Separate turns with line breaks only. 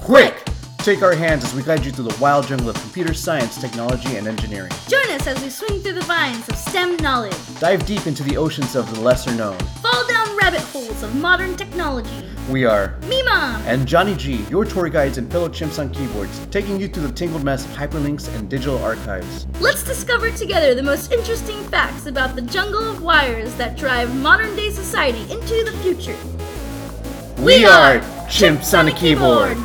Quick! Take our hands as we guide you through the wild jungle of computer science, technology, and engineering.
Join us as we swing through the vines of STEM knowledge,
Dive deep into the oceans of the lesser known.
fall down rabbit holes of modern technology.
We are
Me Mom!
and Johnny G, your tour guides and fellow chimps on keyboards, taking you through the tangled mess of hyperlinks and digital archives.
Let's discover together the most interesting facts about the jungle of wires that drive modern day society into the future.
We are Chimps on a Keyboard.